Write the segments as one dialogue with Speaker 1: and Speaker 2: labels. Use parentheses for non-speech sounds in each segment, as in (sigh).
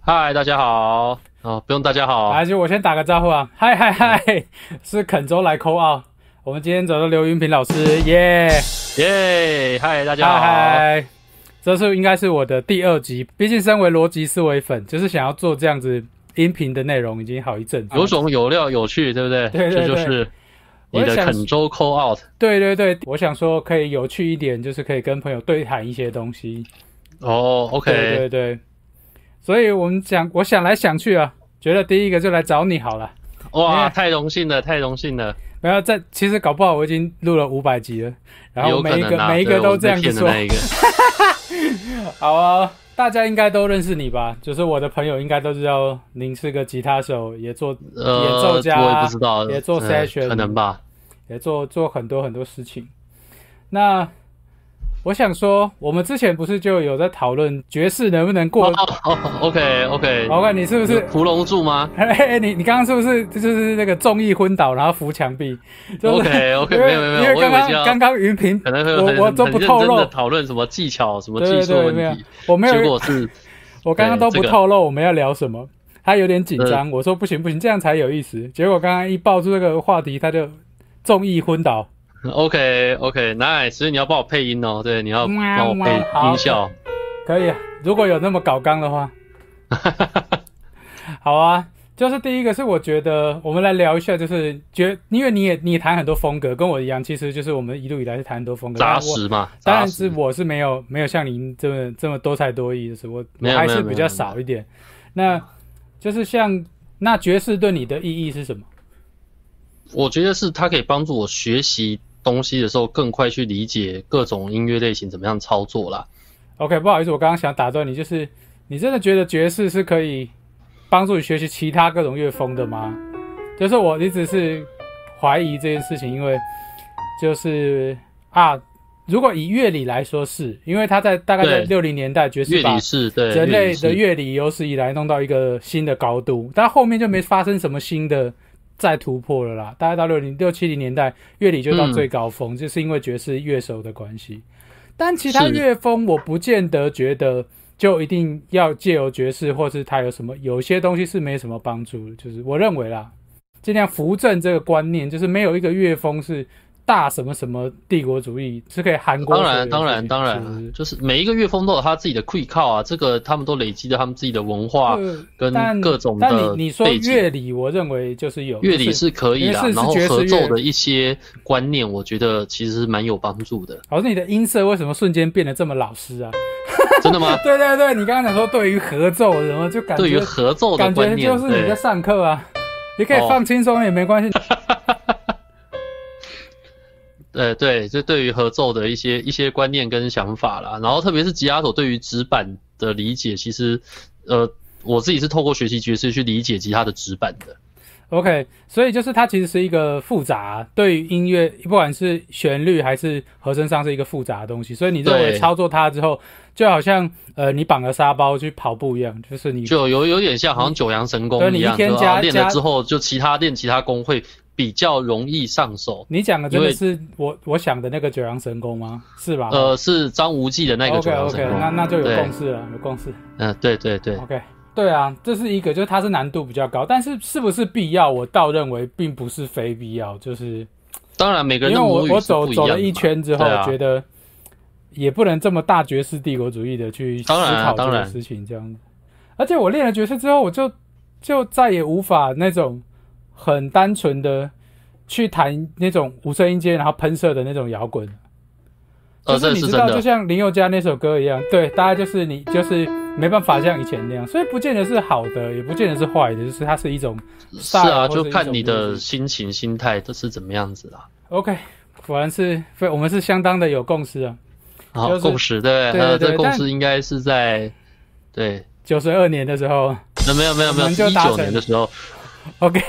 Speaker 1: 嗨，大家好。哦，不用大家好。嗯
Speaker 2: 来，就我先打个招呼啊！嗨嗨嗨，是肯州来扣啊！我们今天找到刘云平老师，耶、
Speaker 1: 耶，嗨，大家好。
Speaker 2: 嗨嗨，这是应该是我的第二集，毕竟身为逻辑思维粉，就是想要做这样子音频的内容已经好一阵子。
Speaker 1: 有种有料有趣，对不对？
Speaker 2: 对对
Speaker 1: 这就
Speaker 2: 对
Speaker 1: 是你
Speaker 2: 我
Speaker 1: 的
Speaker 2: 想
Speaker 1: 肯州 call out。
Speaker 2: 对对对，我想说可以有趣一点，就是可以跟朋友对谈一些东西。
Speaker 1: 哦，OK，
Speaker 2: 对对对，所以我们想，我想来想去啊，觉得第一个就来找你好了。
Speaker 1: 哇，
Speaker 2: Yeah
Speaker 1: 太荣幸了，太荣幸了。
Speaker 2: 没有，这其实搞不好我已经录了五百集了，然后
Speaker 1: 有可
Speaker 2: 每一
Speaker 1: 能
Speaker 2: 个、
Speaker 1: 啊，
Speaker 2: 每一
Speaker 1: 对
Speaker 2: 个都这样
Speaker 1: 我被
Speaker 2: 子
Speaker 1: 骗的
Speaker 2: 说。
Speaker 1: 那一
Speaker 2: (laughs)
Speaker 1: 个，
Speaker 2: 好啊，大家应该都认识你吧？就是我的朋友应该都知道，您是个吉他手，也做
Speaker 1: 呃，
Speaker 2: 演奏家
Speaker 1: 我也不知道，
Speaker 2: 也做
Speaker 1: 嗯
Speaker 2: session
Speaker 1: 可能吧。
Speaker 2: 也做做很多很多事情。那我想说，我们之前不是就有在讨论爵士能不能过？
Speaker 1: 哦，OK，OK，
Speaker 2: 我看你是不是？ (laughs)
Speaker 1: 屠龙柱吗
Speaker 2: 哎，你你刚刚是不是就是那个中意昏倒，然后扶墙壁？就是
Speaker 1: ？OK，OK，
Speaker 2: (laughs) 因为
Speaker 1: 没有没有没
Speaker 2: 因
Speaker 1: 有，
Speaker 2: 为
Speaker 1: 我以
Speaker 2: 刚
Speaker 1: 为就要
Speaker 2: 刚刚刚云平，
Speaker 1: 可能会很
Speaker 2: 我我都
Speaker 1: 很
Speaker 2: 不
Speaker 1: 认
Speaker 2: 透
Speaker 1: 真的
Speaker 2: 露，
Speaker 1: 讨论什么技巧、什么技
Speaker 2: 对对
Speaker 1: 术
Speaker 2: 对，
Speaker 1: 问
Speaker 2: 没有
Speaker 1: 题，，
Speaker 2: 我没有
Speaker 1: 结果是
Speaker 2: 我刚刚都
Speaker 1: 对这
Speaker 2: 不
Speaker 1: 个嗯
Speaker 2: 透露我们要聊什么，他有点紧张。我说不行不行，这样才有意思。结果刚刚一爆出这个话题，他就中意昏倒。
Speaker 1: OK OK nice，所以你要帮我配音哦，对，你要
Speaker 2: 嗯啊
Speaker 1: 帮我配音效。
Speaker 2: 可以，啊，如果有那么搞纲
Speaker 1: (laughs)
Speaker 2: 的话，好啊。就是第一个是我觉得我们来聊一下，就是觉，因为你也你也谈很多风格，跟我一样，其实就是我们一路以来是谈很多风格。
Speaker 1: 扎
Speaker 2: 但我
Speaker 1: 实嘛，
Speaker 2: 当
Speaker 1: 扎
Speaker 2: 然是
Speaker 1: 实。
Speaker 2: 我是没有没有像您这么这么多才多艺，就是我我
Speaker 1: 没有
Speaker 2: 还
Speaker 1: 没
Speaker 2: 是
Speaker 1: 有没
Speaker 2: 比
Speaker 1: 有
Speaker 2: 较少一点。那就是像那爵士对你的意义是什么？
Speaker 1: 我觉得是它可以帮助我学习东西的时候更快去理解各种音乐类型怎么样操作啦。
Speaker 2: OK，不好意思，我刚刚想打断你，就是你真的觉得爵士是可以帮助你学习其他各种乐风的吗？就是我一直是怀疑这件事情，因为就是啊，如果以乐理来说是，因为他在大概在六零年代爵士
Speaker 1: 乐
Speaker 2: 把
Speaker 1: 理是对乐
Speaker 2: 人类
Speaker 1: 理是
Speaker 2: 的乐理有史以来弄到一个新的高度，但后面就没发生什么新的再突破了啦。大概到六零六七零年代，乐理
Speaker 1: 嗯
Speaker 2: 就到最高峰，就是因为爵士乐手的关系。但其他
Speaker 1: 是
Speaker 2: 乐风，我不见得觉得就一定要借由爵士，或是它有什么，有些东西是没什么帮助的。就是我认为啦，尽量扶正这个观念，就是没有一个乐风是大什么什么帝国主义，是可以韩国
Speaker 1: 当
Speaker 2: 所有
Speaker 1: 然
Speaker 2: 的
Speaker 1: 当
Speaker 2: 事
Speaker 1: 然
Speaker 2: 情
Speaker 1: 当
Speaker 2: 是不是
Speaker 1: 然，就是每一个乐风都有他自己的 quick call 啊，这个他们都累积了他们自己的文化
Speaker 2: 呃但
Speaker 1: 跟各种
Speaker 2: 但
Speaker 1: 的
Speaker 2: 你你说
Speaker 1: 背景。
Speaker 2: 乐理，我认为就是有
Speaker 1: 乐理
Speaker 2: 就是
Speaker 1: 可以
Speaker 2: 因为
Speaker 1: 啦，
Speaker 2: 是是
Speaker 1: 然后
Speaker 2: 爵士
Speaker 1: 合奏
Speaker 2: 乐
Speaker 1: 的一些观念，我觉得其实是蛮有帮助的。
Speaker 2: 老师，你的音色为什么瞬间变得这么老实啊？？
Speaker 1: 真的吗
Speaker 2: 对对对，你刚刚讲说对于合奏什么，就感觉
Speaker 1: 对于合奏的
Speaker 2: 感
Speaker 1: 观
Speaker 2: 觉
Speaker 1: 念，
Speaker 2: 就是你在
Speaker 1: 对
Speaker 2: 上课啊，你可以
Speaker 1: 哦
Speaker 2: 放轻松也没关系。
Speaker 1: 呃对，就对于合奏的一些一些观念跟想法啦。然后特别是吉他手对于指板的理解，其实呃我自己是透过学习爵士去理解吉他的指板的。
Speaker 2: OK，所以就是它其实是一个复杂，对于音乐，不管是旋律还是和声上是一个复杂的东西。所以你认为
Speaker 1: 对
Speaker 2: 操作它之后，就好像呃你绑个沙包去跑步一样，就是你
Speaker 1: 就有有点像好像九阳神功
Speaker 2: 嗯对你
Speaker 1: 一样，
Speaker 2: 一天
Speaker 1: 就
Speaker 2: 加
Speaker 1: 啊练
Speaker 2: 加
Speaker 1: 了之后，就其他练其他功会比较容易上手。
Speaker 2: 你讲的真
Speaker 1: 因
Speaker 2: 的
Speaker 1: 为
Speaker 2: 是我我想的那个九阳神功吗？是吧？
Speaker 1: 呃，是张无忌的那个九
Speaker 2: OK
Speaker 1: 阳
Speaker 2: OK，
Speaker 1: 神功。
Speaker 2: 啊那那就有
Speaker 1: 对
Speaker 2: 共识了，有共识。
Speaker 1: 嗯、对对对，
Speaker 2: OK，对啊，这是一个，就是它是难度比较高，但是是不是必要，我倒认为并不是非必要，就是
Speaker 1: 当然每个
Speaker 2: 因
Speaker 1: 人
Speaker 2: 为
Speaker 1: 的
Speaker 2: 我
Speaker 1: 母语
Speaker 2: 我
Speaker 1: 是
Speaker 2: 走
Speaker 1: 不一
Speaker 2: 走
Speaker 1: 样的
Speaker 2: 了一
Speaker 1: 嘛
Speaker 2: 圈之后，
Speaker 1: 对啊
Speaker 2: 觉得也不能这么大爵士帝国主义的去思
Speaker 1: 当然啊
Speaker 2: 考这
Speaker 1: 当
Speaker 2: 个
Speaker 1: 然
Speaker 2: 事情这样子。而且我练了爵士之后，我就就再也无法那种很单纯的去弹那种无声音阶，然后喷射的那种摇滚。
Speaker 1: 呃，这
Speaker 2: 就是你
Speaker 1: 是
Speaker 2: 知
Speaker 1: 真
Speaker 2: 道，
Speaker 1: 的
Speaker 2: 就。像林宥嘉那首歌一样，对，大概就是你就是没办法像以前那样，所以不见得是好的，也不见得是坏的，就是它是一种
Speaker 1: 是
Speaker 2: style
Speaker 1: 啊，
Speaker 2: 或者
Speaker 1: 就
Speaker 2: 一
Speaker 1: 看
Speaker 2: 种
Speaker 1: 你
Speaker 2: 路
Speaker 1: 的
Speaker 2: 径
Speaker 1: 心情、心态这是怎么样子啦。
Speaker 2: OK，果然是非我们是相当的有共识啊。
Speaker 1: 好，
Speaker 2: 就是
Speaker 1: 共识对，
Speaker 2: 对
Speaker 1: 呃，
Speaker 2: 对
Speaker 1: 这
Speaker 2: 对
Speaker 1: 共
Speaker 2: 但
Speaker 1: 识应该是在对，
Speaker 2: 九十二年的时候
Speaker 1: 那没有没有没有，
Speaker 2: 我
Speaker 1: 一
Speaker 2: 们就达
Speaker 1: 九
Speaker 2: 成
Speaker 1: 年的时候， (laughs)
Speaker 2: ，OK，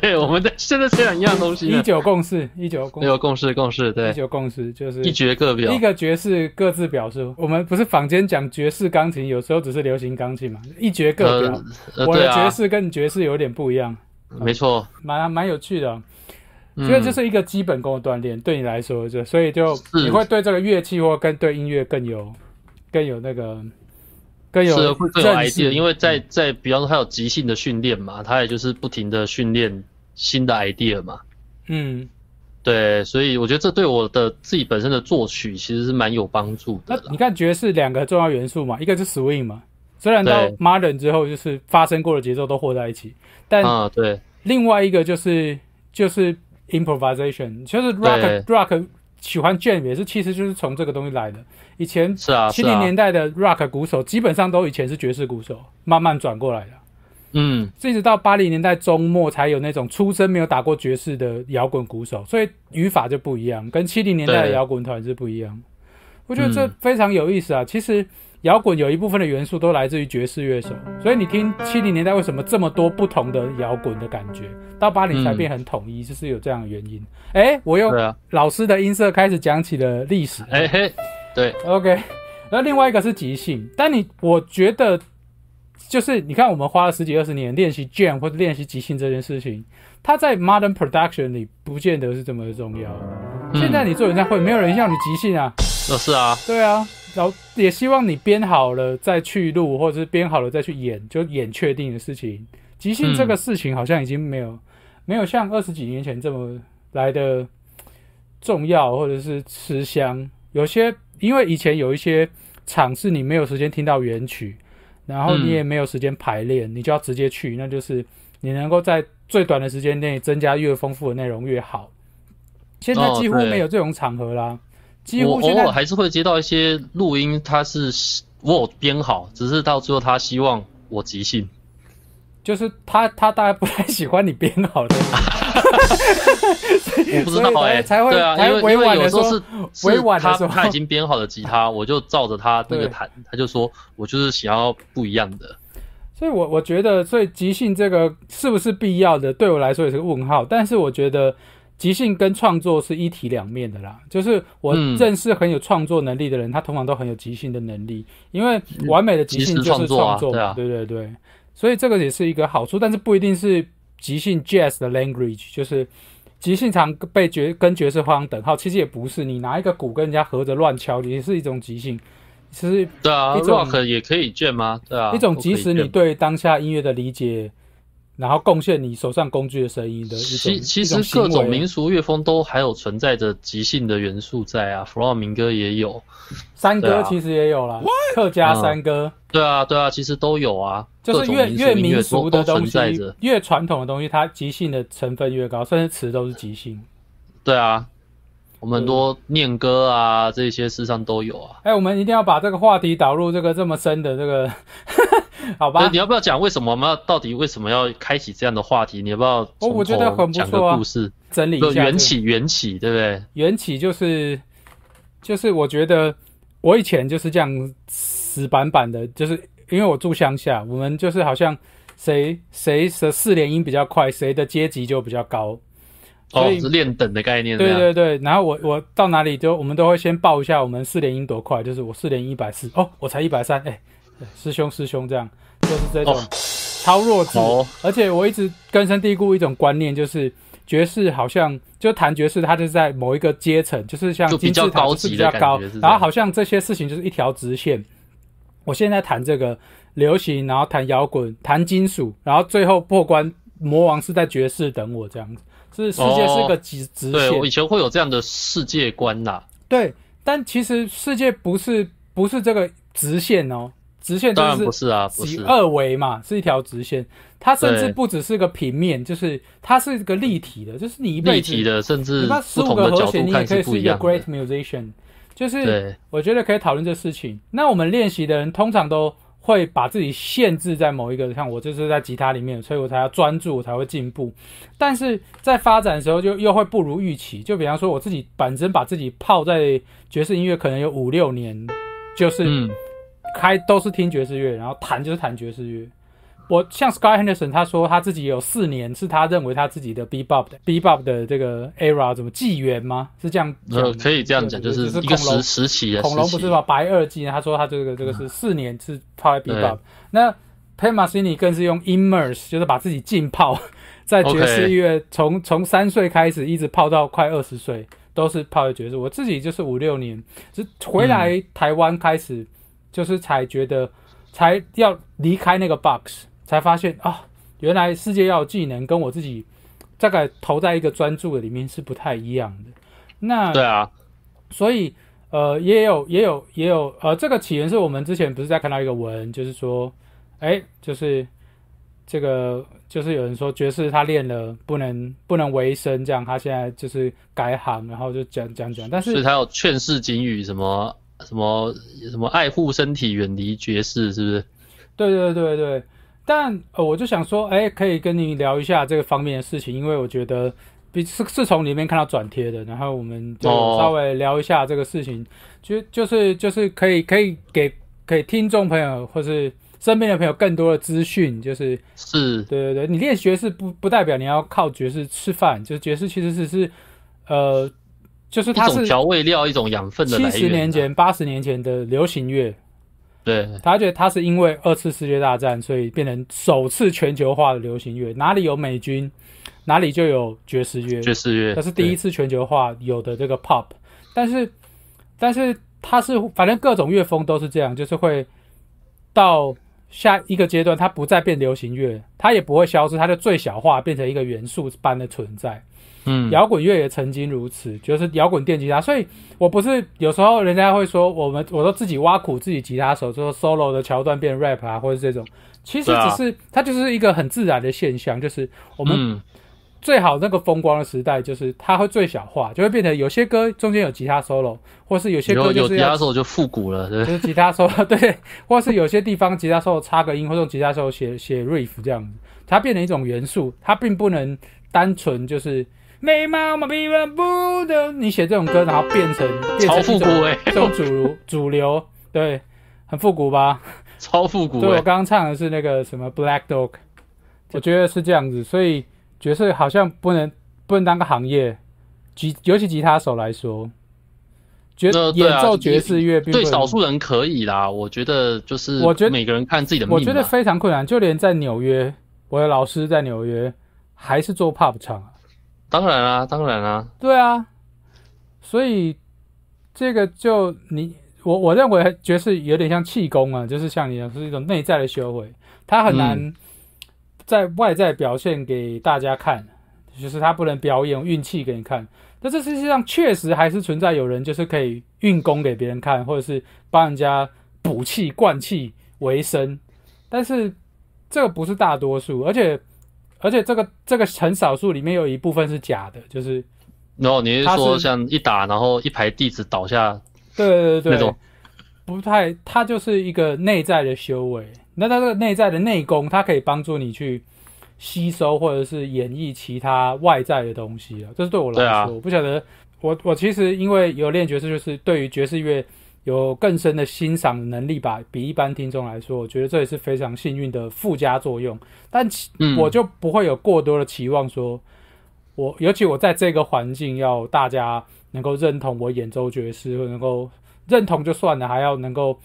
Speaker 1: 对，我们在现在虽然一样东西
Speaker 2: 一
Speaker 1: 呢，
Speaker 2: 九共识，一九共
Speaker 1: 没有共识共识，
Speaker 2: 一
Speaker 1: 啊对，
Speaker 2: 九共识就是
Speaker 1: 一决各表
Speaker 2: 一，个爵士各自表述。我们不是坊间讲爵士钢琴，有时候只是流行钢琴嘛，一爵各表
Speaker 1: 呃。呃，
Speaker 2: 我
Speaker 1: 对
Speaker 2: 的爵
Speaker 1: 啊，
Speaker 2: 士跟你爵士有点不一样，
Speaker 1: 没错，
Speaker 2: 蛮蛮有趣的啊、
Speaker 1: 嗯
Speaker 2: 所以这是一个基本功的锻炼，对你来说，就所以就是你会对这个乐器或跟对音乐更有更有那个更有嗯
Speaker 1: 是会更有
Speaker 2: 正
Speaker 1: idea，
Speaker 2: 式
Speaker 1: 因为在在比方说他有即兴的训练嘛，他也就是不停的训练新的 idea 嘛。
Speaker 2: 嗯，
Speaker 1: 对，所以我觉得这对我的自己本身的作曲其实是蛮有帮助
Speaker 2: 那
Speaker 1: 的啦
Speaker 2: 你。看爵士两个重要元素嘛，一个是 swing 嘛，虽然到
Speaker 1: 对
Speaker 2: modern 之后就是发生过的节奏都和在一起，但
Speaker 1: 啊，对
Speaker 2: 另外一个就是就是 improvisation，就是 rock
Speaker 1: 对
Speaker 2: rock 喜欢 jam 也是其实就是从这个东西来的。以前
Speaker 1: 是啊
Speaker 2: 七
Speaker 1: 是
Speaker 2: 零
Speaker 1: 啊
Speaker 2: 年代的 rock 鼓手基本上都以前是爵士鼓手，慢慢转过来的。
Speaker 1: 嗯，
Speaker 2: 一直到八零年代中末才有那种出身没有打过爵士的摇滚鼓手，所以语法就不一样，跟七零年代的
Speaker 1: 对
Speaker 2: 摇滚团是不一样。我觉得这
Speaker 1: 嗯
Speaker 2: 非常有意思啊！其实摇滚有一部分的元素都来自于爵士乐手，所以你听七零年代为什么这么多不同的摇滚的感觉，到八零才
Speaker 1: 嗯
Speaker 2: 变很统一，就是有这样的原因。哎，我又
Speaker 1: 对啊，
Speaker 2: 老师的音色开始讲起了历史。
Speaker 1: 哎嘿，对，
Speaker 2: OK，那另外一个是即兴，但你我觉得就是你看，我们花了十几二十年练习 jam 或者练习即兴这件事情，它在 modern production 里不见得是这么重要。
Speaker 1: 嗯
Speaker 2: 现在你做演唱会，没有人要你即兴啊，
Speaker 1: 那是啊，
Speaker 2: 对啊，然后也希望你编好了再去录，或者是编好了再去演，就演确定的事情。即兴这个事情好像已经没有、没有像二十几年前这么来的重要，或者是吃香。有些因为以前有一些场是你没有时间听到原曲，然后你
Speaker 1: 嗯
Speaker 2: 也没有时间排练，你就要直接去，那就是你能够在最短的时间内增加越丰富的内容越好。现在
Speaker 1: 哦
Speaker 2: 几乎
Speaker 1: 对
Speaker 2: 没有这种场合啦，几
Speaker 1: 我
Speaker 2: 乎现
Speaker 1: 偶
Speaker 2: 在
Speaker 1: 尔还是会接到一些录音，他是希我有编好，只是到最后他希望我即
Speaker 2: (laughs)
Speaker 1: 兴。
Speaker 2: 就是他他大概不太喜欢你编好的，
Speaker 1: (laughs) 我不知道
Speaker 2: 所以
Speaker 1: 哎、
Speaker 2: 才会
Speaker 1: 对啊，
Speaker 2: 才
Speaker 1: 因
Speaker 2: 会
Speaker 1: 为因
Speaker 2: 委婉
Speaker 1: 为
Speaker 2: 地
Speaker 1: 有时候
Speaker 2: 说
Speaker 1: 是是
Speaker 2: 委婉地
Speaker 1: 他
Speaker 2: 说
Speaker 1: 他已经编好的吉他，我就照着他那
Speaker 2: 对
Speaker 1: 个弹，他就说我就是想要不一样的。
Speaker 2: 所以我我觉得，所以即兴这个是不是必要的，对我来说也是个问号。但是我觉得即兴跟创作是一体两面的啦。就是我
Speaker 1: 嗯
Speaker 2: 认识很有创作能力的人，他通常都很有即兴的能力，因为完美的即
Speaker 1: 即时
Speaker 2: 兴就是
Speaker 1: 创作啊
Speaker 2: 创作嘛，
Speaker 1: 对啊
Speaker 2: 对对对。所以这个也是一个好处，但是不一定是即兴 jazz 的 language，就是即兴常被爵跟爵士画上等号，其实也不是。你拿一个鼓跟人家合着乱敲，也是一种即兴。其实
Speaker 1: 对啊
Speaker 2: 一种
Speaker 1: ，rock 也可以卷吗？对啊，
Speaker 2: 一种
Speaker 1: 都可以
Speaker 2: 即使你
Speaker 1: 卷
Speaker 2: 对当下音乐的理解，然后贡献你手上工具的声音的一种
Speaker 1: 其其
Speaker 2: 一
Speaker 1: 实
Speaker 2: 行
Speaker 1: 各种
Speaker 2: 为
Speaker 1: 民俗乐风都还有存在着即兴的元素在啊，弗洛明哥也有，
Speaker 2: 山
Speaker 1: 对
Speaker 2: 歌
Speaker 1: 啊
Speaker 2: 其实也有啦，客家山歌、
Speaker 1: 对啊对啊，其实都有啊，
Speaker 2: 就
Speaker 1: 各
Speaker 2: 是
Speaker 1: 种
Speaker 2: 越
Speaker 1: 民
Speaker 2: 越
Speaker 1: 俗音乐
Speaker 2: 民
Speaker 1: 都
Speaker 2: 俗
Speaker 1: 都
Speaker 2: 的东
Speaker 1: 存
Speaker 2: 西
Speaker 1: 在着，，
Speaker 2: 越传统的东西，它即兴的成分越高，甚至词都是即兴。
Speaker 1: 对啊，我们很
Speaker 2: 嗯
Speaker 1: 多念歌啊这些事实上都有啊。
Speaker 2: 哎、我们一定要把这个话题导入这个这么深的这个， (laughs)
Speaker 1: 所
Speaker 2: 好
Speaker 1: 以
Speaker 2: 吧
Speaker 1: 哎你？要不要讲为什么我们要到底为什么要开启这样的话题？你要不要
Speaker 2: 哦我觉
Speaker 1: 从
Speaker 2: 得
Speaker 1: 头
Speaker 2: 很不
Speaker 1: 讲个
Speaker 2: 错啊
Speaker 1: 故事，
Speaker 2: 整理一
Speaker 1: 不
Speaker 2: 下、这个
Speaker 1: 缘起缘起，对不对？
Speaker 2: 缘起就是就是我觉得我以前就是这样死板板的，就是因为我住乡下，我们就是好像谁谁的四连音比较快，谁的阶级就比较高。所
Speaker 1: 哦，
Speaker 2: 以
Speaker 1: 是练等的概念，
Speaker 2: 对
Speaker 1: 这样
Speaker 2: 对对，然后我我到哪里就我们都会先报一下我们四连音多快，就是我四连一百四，哦，我才一百三，哎，师兄师兄这样，就是这种
Speaker 1: 哦
Speaker 2: 超弱智。
Speaker 1: 哦
Speaker 2: 而且我一直根深蒂固一种观念，就是爵士好像就弹爵士，它就是在某一个阶层，就是像
Speaker 1: 就
Speaker 2: 金
Speaker 1: 比
Speaker 2: 字
Speaker 1: 较
Speaker 2: 塔
Speaker 1: 高
Speaker 2: 就是比
Speaker 1: 级
Speaker 2: 较
Speaker 1: 的
Speaker 2: 高
Speaker 1: 感觉是，这样
Speaker 2: 然后好像这些事情就是一条直线。我现在弹这个流行，然后弹摇滚，弹金属，然后最后破关魔王是在爵士等我这样子，是世界是一个直直
Speaker 1: 哦对，
Speaker 2: 线
Speaker 1: 我以。前会有这样的世界观呐、
Speaker 2: 对，但其实世界不是不是这个直线哦，直线就
Speaker 1: 当然
Speaker 2: 是哦
Speaker 1: 不是啊，不
Speaker 2: 几
Speaker 1: 是，
Speaker 2: 二维嘛，是一条直线，它甚至
Speaker 1: 对
Speaker 2: 不只是个平面，就是它是一个立体的，就是你一辈
Speaker 1: 立
Speaker 2: 子，
Speaker 1: 体的，甚
Speaker 2: 你
Speaker 1: 至
Speaker 2: 把十
Speaker 1: 不
Speaker 2: 五
Speaker 1: 同
Speaker 2: 个
Speaker 1: 的
Speaker 2: 和
Speaker 1: 角
Speaker 2: 弦，
Speaker 1: 度
Speaker 2: 你也
Speaker 1: 看
Speaker 2: 可以
Speaker 1: 是
Speaker 2: 是
Speaker 1: 不
Speaker 2: 一
Speaker 1: 一
Speaker 2: 个
Speaker 1: 样
Speaker 2: great
Speaker 1: 的。
Speaker 2: musician，就是
Speaker 1: 对，
Speaker 2: 我觉得可以讨论这事情。那我们练习的人通常都会把自己限制在某一个，像我就是在吉他里面，所以我才要专注，我才会进步。但是在发展的时候就又会不如预期。就比方说我自己本身把自己泡在爵士音乐可能有五六年，就是
Speaker 1: 嗯，
Speaker 2: 开都是听爵士乐，然后弹就是弹爵士乐。我像 Sky Henderson，他说他自己有四年是他认为他自己的 Bebop 的 Bebop 的这个 era 怎么纪元吗？是这样讲吗
Speaker 1: 呃，可以这样讲，
Speaker 2: 对
Speaker 1: 就
Speaker 2: 对
Speaker 1: 是
Speaker 2: 对
Speaker 1: 一个
Speaker 2: 恐龙
Speaker 1: 时时期的时期。嗯
Speaker 2: 恐龙不是吧？白垩纪，他说他这个这个是四年是泡在 Bebop，那 p a m a s i n i 更是用 immerse，就是把自己浸泡在爵士乐，从从三岁开始一直泡到快二十岁，都是泡在爵士。我
Speaker 1: 嗯
Speaker 2: 自己就是五六年，是回来台湾开始，就是才觉得。才要离开那个 box，才发现啊，原来世界要有技能跟我自己大概投在一个专注的里面是不太一样的。那
Speaker 1: 对啊，
Speaker 2: 所以呃，也有也有也有呃，这个起源是我们之前不是在看到一个文，就是说，哎，就是这个就是有人说爵士他练了不能不能维生，这样他现在就是改行，然后就讲讲讲，但
Speaker 1: 所以
Speaker 2: 是
Speaker 1: 他有劝世警语什么什么什么爱护身体，远离爵士，是不是？
Speaker 2: 对对对对，但呃，我就想说，哎，可以跟你聊一下这个方面的事情，因为我觉得。比是是从里面看到转贴的，然后我们就
Speaker 1: 哦
Speaker 2: 稍微聊一下这个事情，就就是就是可以可以给给听众朋友或是身边的朋友更多的资讯，就是
Speaker 1: 是，
Speaker 2: 对对对，你练爵士不不代表你要靠爵士吃饭，就是爵士其实是是呃，就是
Speaker 1: 一
Speaker 2: 它
Speaker 1: 种
Speaker 2: 是
Speaker 1: 调味料，一种养分的
Speaker 2: 七
Speaker 1: 来源、啊
Speaker 2: 十年，前、八十年前的流行乐，
Speaker 1: 对，
Speaker 2: 他觉得他是因为二次世界大战，所以变成首次全球化的流行乐，哪里有美军，哪里就有爵士乐，
Speaker 1: 爵士乐。
Speaker 2: 这是第一
Speaker 1: 对，
Speaker 2: 次全球化有的这个 pop，但是但是它是反正各种乐风都是这样，就是会到下一个阶段，它不再变流行乐，它也不会消失，它就最小化变成一个元素般的存在。
Speaker 1: 嗯，
Speaker 2: 摇滚乐也曾经如此，就是摇滚电吉他。所以我不是有时候人家会说我们我都自己挖苦自己吉他手，就说 solo 的桥段变 rap 啊，或者这种，其实
Speaker 1: 对啊
Speaker 2: 只是、它就是一个很自然的现象，就是我们
Speaker 1: 嗯，
Speaker 2: 最好那个风光的时代，就是它会最小化，就会变成有些歌中间有吉他 solo，或是有些
Speaker 1: 以
Speaker 2: 歌
Speaker 1: 后
Speaker 2: 就
Speaker 1: 有
Speaker 2: 是
Speaker 1: 吉
Speaker 2: 要
Speaker 1: 他手就复古了，对
Speaker 2: (laughs) 就。是吉他 solo 对，或是有些地方吉他 solo 插个音，或者用吉他 solo 写写 riff 这样子，它变成一种元素，它并不能单纯就是没毛毛比人不的，你写这种歌，然后变成变
Speaker 1: 超
Speaker 2: 成
Speaker 1: 复
Speaker 2: 一
Speaker 1: 古
Speaker 2: 种
Speaker 1: 哎、
Speaker 2: 一种主流主流，对，很复古吧？
Speaker 1: 超复古
Speaker 2: 对我
Speaker 1: 哎、
Speaker 2: 刚刚唱的是那个什么 Black Dog，我觉得是这样子，所以爵士好像不能不能当个行业，吉尤其吉他手来说，爵、
Speaker 1: 那对啊
Speaker 2: 演奏爵士乐并不
Speaker 1: 对
Speaker 2: 能
Speaker 1: 少数人可以啦，我觉得就是，
Speaker 2: 我觉得
Speaker 1: 每个人看自己的命
Speaker 2: 我
Speaker 1: 吧。
Speaker 2: 觉得非常困难，就连在纽约，我的老师在纽约还是做 pub 唱啊。
Speaker 1: 当然啊，当然啊，
Speaker 2: 对啊，所以这个就你我我认为爵士有点像气功啊，就是像你讲是一种内在的修为，它很难在外在表现给大家看，就是它不能表演运气给你看。但这世界上确实还是存在有人就是可以运功给别人看，或者是帮人家补气灌气为生，但是这个不是大多数，而且而且这个这个很少数里面有一部分是假的，就是
Speaker 1: 然后你是
Speaker 2: 他
Speaker 1: 说
Speaker 2: 是
Speaker 1: 像一打，然后一排弟子倒下
Speaker 2: 对对对
Speaker 1: 那种
Speaker 2: 对，不太，它就是一个内在的修为。那它这个内在的内功，它可以帮助你去吸收或者是演绎其他外在的东西啊。这是对我来
Speaker 1: 对
Speaker 2: 说，
Speaker 1: 啊
Speaker 2: 我不晓得我我其实因为有练爵士，就是对于爵士乐有更深的欣赏能力吧，比一般听众来说，我觉得这也是非常幸运的附加作用。但其
Speaker 1: 嗯
Speaker 2: 我就不会有过多的期望说，我尤其我在这个环境要大家能够认同我演奏爵士，或能够认同就算了，还要能够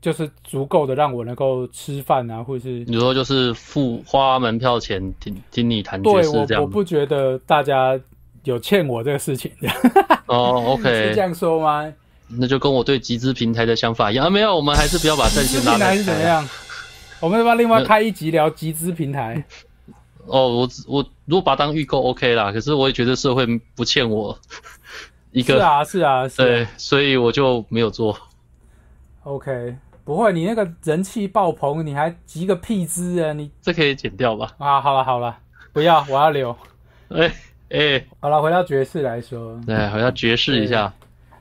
Speaker 2: 就是足够的让我能够吃饭啊，或者是
Speaker 1: 你说就是付花门票钱听听你弹爵
Speaker 2: 对
Speaker 1: 士
Speaker 2: 我
Speaker 1: 这
Speaker 2: 我
Speaker 1: 样吗？
Speaker 2: 不觉得大家有欠我这个事情， (laughs)
Speaker 1: 哦
Speaker 2: 是这
Speaker 1: ，OK，
Speaker 2: 样说吗？
Speaker 1: 那就跟我对集资平台的想法一样。啊、没有，我们还是不要把战
Speaker 2: 集
Speaker 1: 线
Speaker 2: 资
Speaker 1: 拉
Speaker 2: 平台
Speaker 1: 太
Speaker 2: (laughs) 是怎么
Speaker 1: 开。
Speaker 2: 样？我们要不要另外
Speaker 1: 那
Speaker 2: 开一集聊集资平台？
Speaker 1: 哦，我只我如果把它当预购 OK 啦，可是我也觉得社会不欠我 (laughs) (laughs) 一
Speaker 2: 是
Speaker 1: 个，
Speaker 2: 啊，是啊，是啊
Speaker 1: 对，所以我就没有做。
Speaker 2: OK，不会，你那个人气爆棚，你还集个屁资啊？你
Speaker 1: 这可以剪掉吧？ (laughs)
Speaker 2: 啊，好了好了，不要，我要留。
Speaker 1: 哎、哎、
Speaker 2: 好了，回到爵士来说，
Speaker 1: 对，我要爵士一下。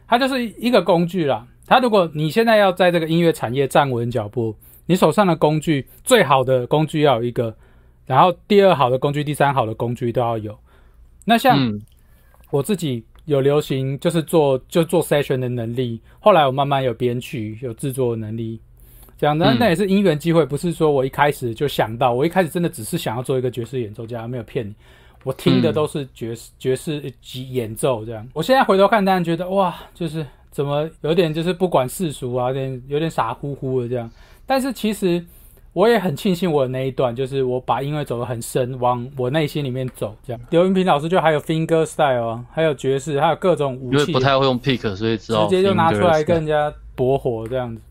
Speaker 2: 它就是一个工具啦。它如果你现在要在这个音乐产业站稳脚步，你手上的工具最好的工具要有一个，然后第二好的工具、第三好的工具都要有。那像
Speaker 1: 嗯，
Speaker 2: 我自己有流行，就是做就做 session 的能力。后来我慢慢有编曲，有制作的能力。讲那
Speaker 1: 嗯
Speaker 2: 那也是因缘机会，不是说我一开始就想到，我一开始真的只是想要做一个爵士演奏家，没有骗你。我听的
Speaker 1: 嗯
Speaker 2: 都是爵士、爵士及演奏这样。我现在回头看，当然觉得哇，就是怎么有点就是不管世俗啊，有点有点傻乎乎的这样。但是其实我也很庆幸我的那一段，就是我把音乐走得很深，往我内心里面走。这样，刘云平老师就还有 finger style 啊，还有爵士，还有各种武
Speaker 1: 因为
Speaker 2: 器
Speaker 1: 不，太会用 pick，所以只好
Speaker 2: 直接就拿出来
Speaker 1: fingers
Speaker 2: 跟人家搏火这样子。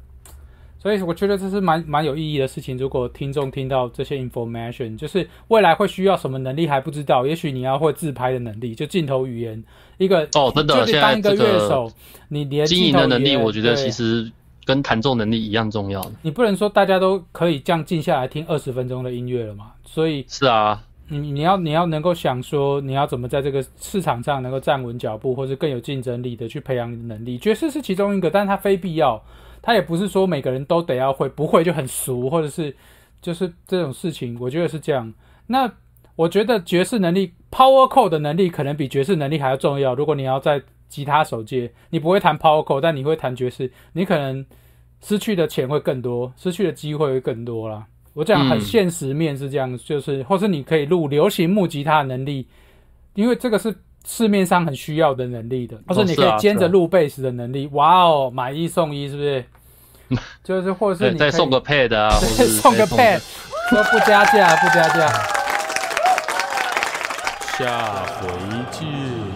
Speaker 2: 所以我觉得这是蛮蛮有意义的事情。如果听众听到这些 information，就是未来会需要什么能力还不知道，也许你要会自拍的能力，就镜头语言一个
Speaker 1: 哦真的
Speaker 2: 就是你当一
Speaker 1: 现在这个
Speaker 2: 乐手，你连
Speaker 1: 经营
Speaker 2: 镜头
Speaker 1: 的能
Speaker 2: 语
Speaker 1: 力，
Speaker 2: 言
Speaker 1: 我觉得
Speaker 2: 对
Speaker 1: 其实跟弹奏能力一样重要。
Speaker 2: 你不能说大家都可以这样静下来听二十分钟的音乐了嘛，所以
Speaker 1: 是啊，
Speaker 2: 你你要你要能够想说，你要怎么在这个市场上能够站稳脚步，或是更有竞争力的去培养你的能力。爵士是其中一个，但是它非必要，它也不是说每个人都得要会，不会就很俗，或者是就是这种事情，我觉得是这样。那我觉得爵士能力，power chord 的能力可能比爵士能力还要重要。如果你要在吉他手界，你不会弹 power chord，但你会弹爵士，你可能失去的钱会更多，失去的机会会更多啦。我讲很
Speaker 1: 嗯
Speaker 2: 现实面是这样，就是或是你可以录流行木吉他的能力，因为这个是市面上很需要的能力的，或是你可
Speaker 1: 是啊
Speaker 2: 以兼
Speaker 1: 是
Speaker 2: 着
Speaker 1: 啊
Speaker 2: 录贝斯的能力。哇哦，买一送一是不是？就是或者是
Speaker 1: 对，
Speaker 2: 你
Speaker 1: 再
Speaker 2: 可以
Speaker 1: 送
Speaker 2: (laughs)
Speaker 1: 个 pad 啊，或
Speaker 2: 对
Speaker 1: 是
Speaker 2: 送个
Speaker 1: 再
Speaker 2: pad，说不加价，不加价。
Speaker 3: 下回见。